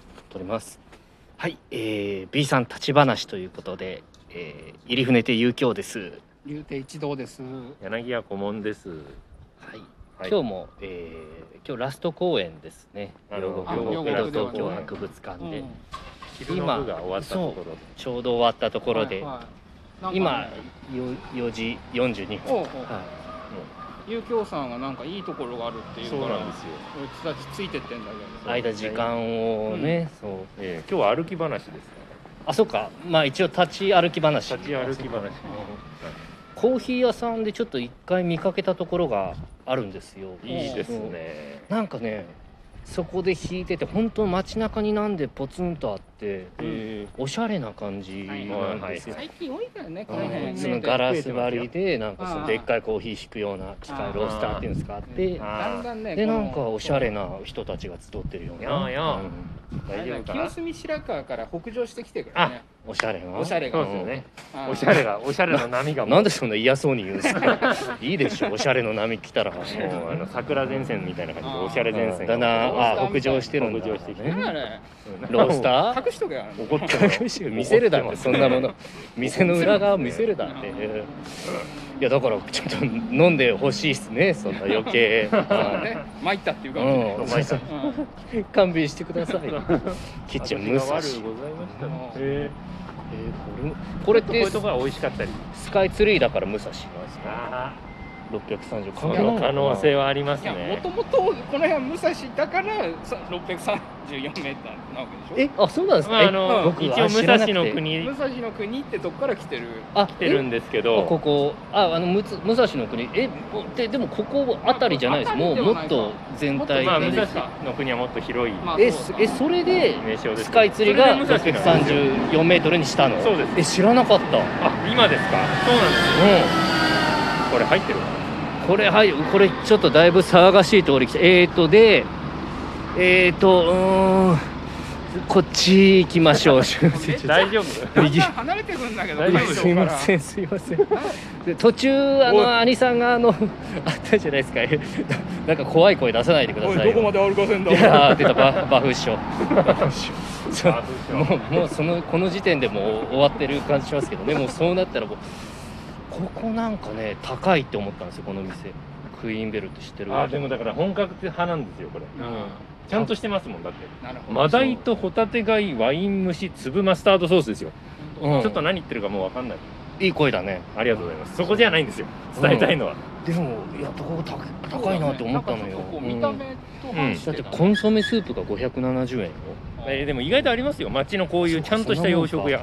っておりますはい、えー、B さん立ち話ということで、えー、入船亭遊興です竜亭一同です。柳家顧問です。はい、はい今日も、えー、今日ラスト公演ですねあ両の国両国ラスト両公国演博物館で、うん昼の部が終わったところちょうど終わったところで、はいはい今なんかねよ4時42分おうおうは遊興さんがなんかいいところがあるってで。いうそうかならんですよ。俺たちついてってんだけい、間時間をね、そうええ今日は歩き話です。あそっかまあ一応立ち歩き話立ち歩き話。コーヒー屋さんでちょっと一回見かけたところがあるんですよいいですね。なんかねそこで弾いてて本当街中になんでポツンとあってえおしゃれな感じなんですどよ、最近多いからねこあのの辺ねそのガラス張りでなんかそのあーでっかいコーヒー引くような機械ロースターっていうんですかあってあだんだんねでこなのんかおしゃれな人たちが集ってるようやな、あやうあんあれだ大丈よ夫か清な。そ澄白河から北上してきてるからねおしゃれなおしゃれうがですよね。あーおしゃれが、おしゃれの波が。なんでそんな嫌そうに言うんですかいいでしょおしゃれの波来たらもうもうあの桜前線みたいな感じで、おしゃれ前線だが。なロあースターみたいな北上してるんだ北上してきてなんだあれロースー。ター隠しとけよあれ 怒ってる隠し見せるだろそんなもの店の裏側見せるだっていやだからちょっと飲んでほしいっすねそんな余計はいね参ったっていう感じねうんそうそううん勘弁してください キッチン武蔵、え悪うございましたね。えーこれこれっこういうてところは美味しかったり。スカイツリーだから武蔵なんですかあ630あ、その可能性はありますいやもねと。もとこの辺は武蔵だからさ634メーターなわけでえしあそうなんですまか、あ、えあの、僕一は応武知らな蔵くてのょ国武蔵の国ってどっから来てるあ来てるんですけえあど。ここああのむつ武蔵の国えででもここあたりじゃないですもうもっと全体まあ、で武ね蔵の国はもっと広いまあえそうだなえそれで名称です、スカイツリーがそれで武蔵なんですよ634メートルにしたの。そうですえ知らなかった。うん。あ今ですかそうなんですよこれ入ってるこれはいこれちょっとだいぶ騒がしい通り来た。えっ、ー、とでえっ、ー、とうーんこっち行きましょ う。すいませんちょっ大丈夫だんだん離れてくんだけど大丈夫とすいませんすいません。で途中あおいの兄さんがあのあったじゃないですか。えななんか怖い声出さないでくだおいさいどよ。こまで歩かせんだいやー出たババフっしょ。バフっしょ。 そうあどうしもようもうそのこの時点でもう終わってる感じしますけ どねもうそうなったらもうここなんかね高いって思ったんですよこの店クイーンベルって知ってうるあでもだから本格的派なんですよこれうんちゃんとしてますもんだってなるほどマダイとホタテ貝ワイン蒸し粒マスタードソースですよ、うんちょっと何言ってるかもう分かんないいい声だねありがとうございますそこじゃないんですよ伝えたいのは、でもいやここ高高いなと思ったのよ、なんかちょっとこううん見た目と反しだっててたコンソメスープが570円よえーでも意外とありますよ町のこういうちゃんとした洋食屋あ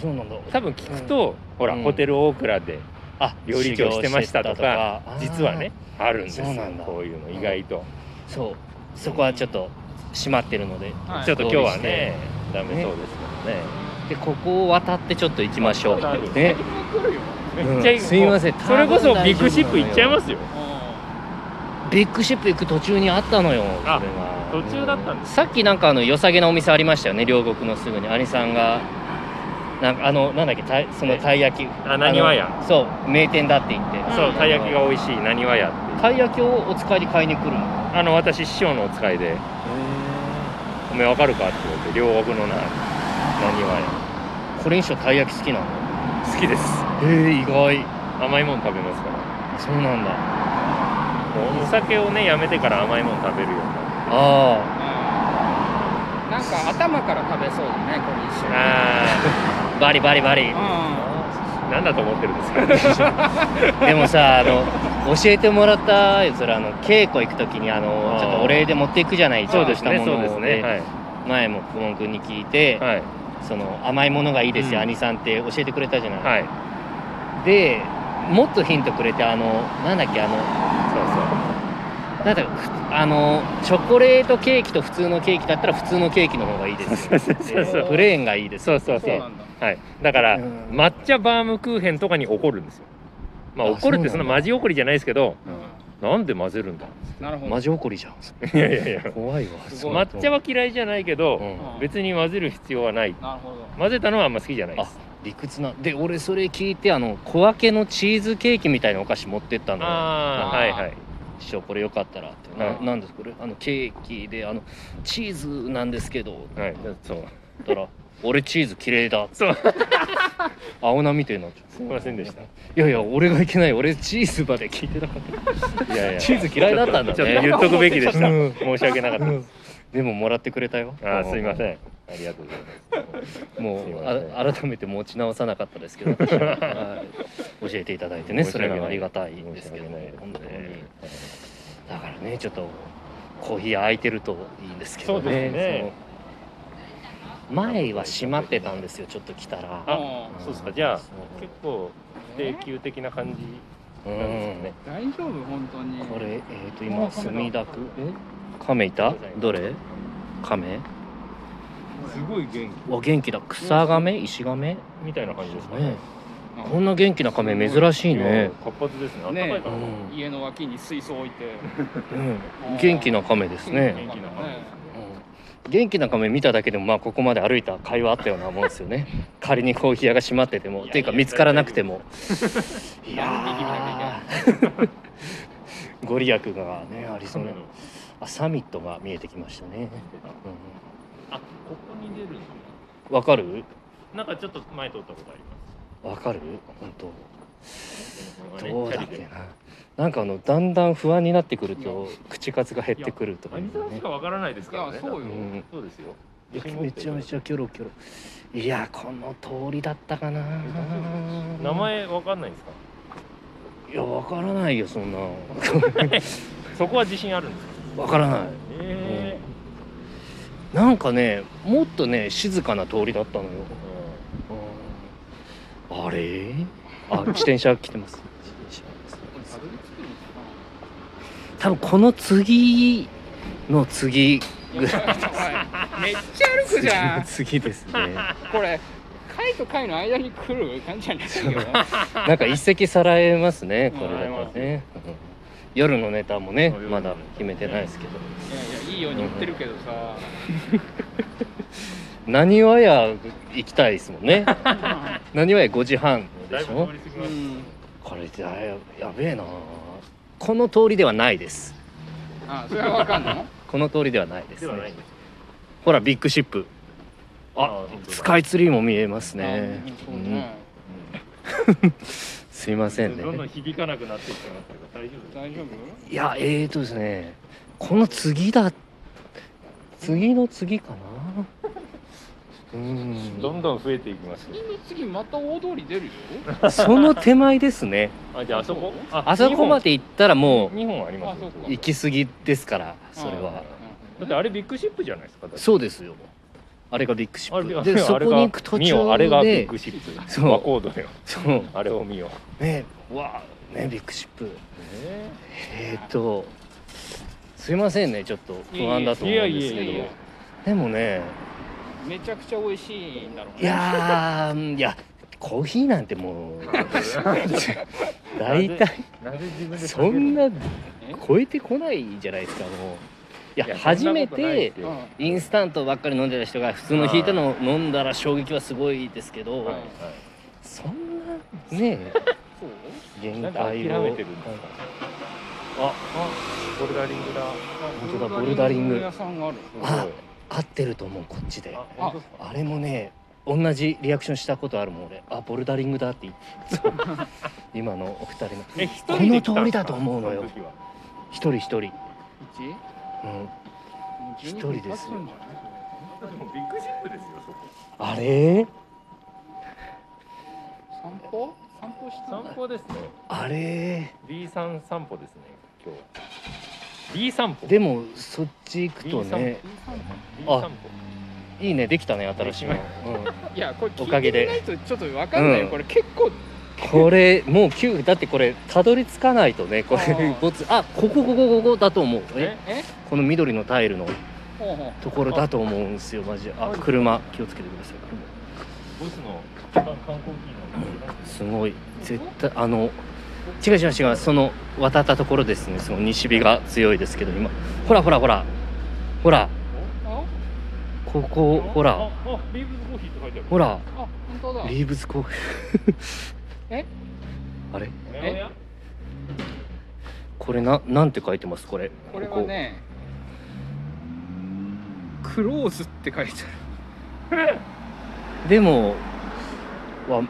そうなんだ多分聞くと、ほら、うんホテルオークラであ料理長してましたとか修行してたとか実はねあるんですよそうなんだこういうの意外と、あーそうそこはちょっと閉まってるのではいちょっと今日はねダメそうですけどねでここを渡ってちょっと行きましょ渡うねる来るよめっちゃいい、うんすいませんそれこそビッグシップ行っちゃいますよビッグシップ行く途中にあったのよあそれが途中だったんですさっきなんかあの良さげなお店ありましたよね両国のすぐに兄さんがなんかあのなんだっけたいそのたい焼きあなにわ屋のそう名店だって言ってそうたい焼きあが美味しいなにわ屋っていのうたい焼きをお使いに買いに来るのあの私師匠のお使いで「おめえわかるか?」って言って両国のななにわこれにしろたい焼き好きなの屋好きですへえ意外甘いもん食べますからそうなんだもうお酒をねやめてから甘いもん食べるようになってあなんか頭から食べそうだねこれ一緒にああバリバリバ リあなんだと思ってるんです かでもさあの教えてもらったやつらあの稽古行く時にあのあーちょっとお礼で持っていくじゃないちょっとしたものそをうですねはい前も顧問君に聞いて、はいその甘いものがいいですよ、うん兄さんって教えてくれたじゃない、はいでもっとヒントくれてあのなんだっけあのそうそうなんだかふあのチョコレートケーキと普通のケーキだったら普通のケーキの方がいいですよそうそうでプレーンがいいですそうそうそそううなんだはい、だから、うん抹茶バームクーヘンとかに怒るんですよまああ怒るってそなんそうのだマジ怒りじゃないですけどうなんで混ぜるんだんなるほどマジ怒りじゃんいやいやいや怖いわすごい 抹茶は嫌いじゃないけど、うんうん別に混ぜる必要はないなるほど混ぜたのはあんま好きじゃないであす理屈なで俺それ聞いてあの小分けのチーズケーキみたいなお菓子持ってったのよあああーはーいはい師匠これよかったらってなはいなんですこれあのケーキであのチーズなんですけどはいそうだったら「俺チーズ綺麗だ」そう青菜みたいになっちゃうすいませんでしたいやいや俺がいけない俺チーズまで聞いてなかったいやい やチーズ嫌いだったんだねちょっと言っとくべ きでしたうん申し訳なかったですでももらってくれたよあーすいまんせんありがとうございますもすいうませんあ改めて持ち直さなかったですけ ど、はい教えていただいてねそれにはありがたいんですけど本当にだからねちょっとコーヒー空いてるといいんですけどねそうですねその前は閉まってたんですよちょっと来たらあうんそうですかじゃあそう結構定休的な感じうんなんですかね大丈夫本当にこれえっ、と今墨田区え亀いたどれ亀すごい元お元気だ草亀石亀気みたいな感じですかねねうんこんな元気な亀珍しいねや活発ですねあったかいかな、ね家の脇に水槽置いてうん元気な亀ですね、元気な感じですねうん元気な亀見ただけでもまあここまで歩いた会話あったようなもんですよ ね仮にコーヒー屋が閉まっててもいやっていうか見つからなくてもいいややー ご利益がねありそうなあサミットが見えてきましたね、うあここに出るんだん、わかるなんかちょっと前通ったことありまわかる本当すこの辺どうチだャっリでけな。なんかあのだんだん不安になってくると口数が減ってくるとかいう何の探しねか。わからないですからいねやそうようんそうですよいやめちゃめちゃキョロキョロ。いやこの通りだったかな。名前わかんないんですかいやわからないよそんな。そこは自信あるんですかわからない。えなんかねもっとね静かな通りだったのよ。えうんあれ？あ自転車来てます。自転車たどり着くの多分この次の次かなおいめっちゃ歩くじゃん 次の次ですね。これ貝と貝の間に来る感じじゃないよなんか一石さらえますね、これうんだからね。うん夜のネタもねう、んまだ決めてないですけど。いやいやいいように言ってるけど さ何わや行きたいですもん ね。何わや5時半でだいしぶょ通り過ぎうますんこれじゃややべえな。この通りではないです。あそれはわかんのこの通りではないですでね、はないんですほら、ビッグシップ。ああ、スカイツリーも見えますね。あそううんねすいませんね。どんどん響かなくなってきてますけど大丈夫ですか大丈夫いや、えーとですね、この次だ、次の次かな。うどんん、どん増えていきますよ次の次また大通り出るよその手前ですね。あじゃああそこあそこまで行ったらも2本ありますあよそうかう行き過ぎですから、それは。だってあれビッグシップじゃないですかだってそうですよ。あれがビッグシあッれプ。あで、れそこに行く途見よあれ中がビッでグ、シップそう和コードだよそう、あれを見よね、わあ、ね、ビッグシップ。うえーと、すいませんね、ちょっと不安だと思うんですいえいえいえいえいけえど。でもね、めちゃくちゃ美味しいんだろうねいやー、いや、コーヒーなんてもう。大体なぜ自分でそんなえ超えてこないじゃないですかもういやいや初めそんなことないでてすようんはインスタントばっかり飲んでた人が普通の引いたのを飲んだら衝撃はすごいですけど、はいそんなねそう限いなんで諦界をめてるんですかああボルダリングだ本当だボルダリング屋さんがあるあ合ってると思うこっちでああ本当ですかれもね同じリアクションしたことあるもん俺あボルダリングだって言ってそう 今のお二人のえ一人で来たこの通りだと思うのよそ時は一人一人、うん、一一人ですよでもビッグシップですよそこあれ散歩散歩して散歩ですねあれ B 三散歩ですね今日 B 散歩でもそっち行くとね B 散歩 B 散歩いいねできたね新しいの、でうんいやこれお聞かいげでてみないとちょっとわかんないよ、うんこれ結構 これもう9だってこれたどり着かないとねこあれーボツあここここここだと思うえええこの緑のタイルのほうほうところだと思うんですよマジであ車気をつけてくださいボスの観光機能車すごい絶対あの違う違う違うその渡ったところですねその西日が強いですけど今ほらほらほらほらあここほあらあビーブズコーヒーって書いてあるほらあ本当だリーブズコーヒーえ あれ八百屋これななんて書いてますこれこれはねクローズって書いてここでもは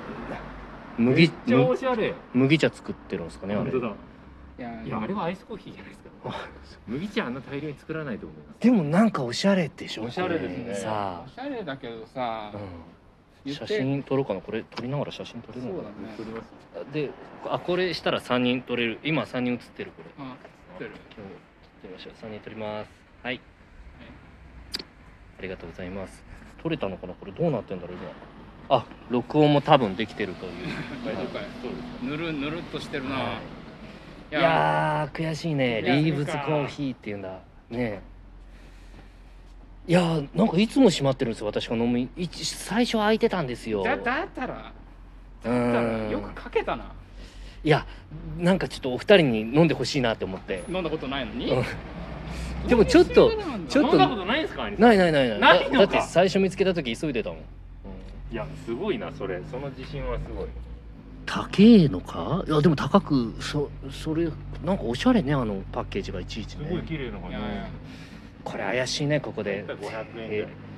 め麦っちゃおしゃれ麦茶作ってるんですかねあ本れ当だあるいやあれはアイスコーヒーじゃないですか麦茶あんな大量に作らないと思いますでもなんかおしゃれでしょおしゃれですねこさおしゃれだけどさあ、、うん、言っ写て真撮ろうかなこれ撮りながら写真撮れるそうのだね作りますであこれしたら3人撮れる今3人写ってるこれあ撮ってる今日撮りましょう3人撮りますはいありがとうございます撮れたのかなこれどうなってんだろう今あ録音も多分できてる という大丈夫かいそうですぬるぬるっとしてるな、、はいい、いやー悔しいねいやリーブズコーヒーっていうんだねえいやーなんかいつも閉まってるんですよ私が飲むいち最初空いてたんですよだだったらうだったらんよくかけたないやなんかちょっとお二人に飲んでほしいなって思って飲んだことないのにうんでもちょっとちょっ飲んだことないですか兄さんないないないないだないのだかって最初見つけた時急いでたもん、いやすごいなそれその自信はすごい高えのかいやでも高くそそれなんかおしゃれねあのパッケージがいちいちすごいね綺麗な感いやじいやこれ怪しいねここで500円ぐらえ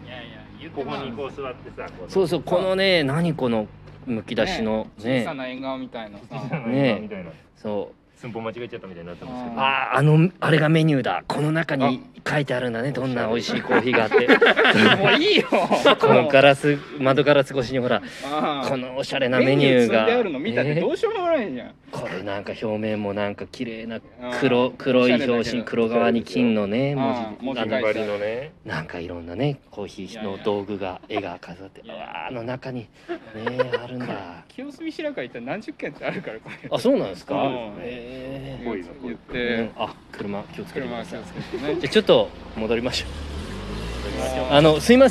いいやいや言ってここまにこうう座ってさこそうそうこのね何このむき出しの小ねさな縁側みたいな小ささなね今みたいなそう寸法間違えちゃったみたいになってますけどあああのあれがメニューだこの中に書いてあるんだねどんな美味しいコーヒーがあってもういいよ このガラス窓ガラス越しにほらああこのおしゃれなメニューがメニ積んであるの見たってねどうしようもないじゃん、これなんか表面もなんか綺麗なうん黒黒いおしゃれだけど表紙黒側に金のねうん文字文字あ書いてのあるバリのねなんかいろんなねコーヒーの道具が絵が飾っていやいやあの中にねあるん だ清澄白河行ったら何十件ってあるからこれあそうなんですかそうですねへすごいなこれ言っえてうんあ車気をつけてく車だはさい気をじつけてねゃあちょっと戻りましょうあーあのすいません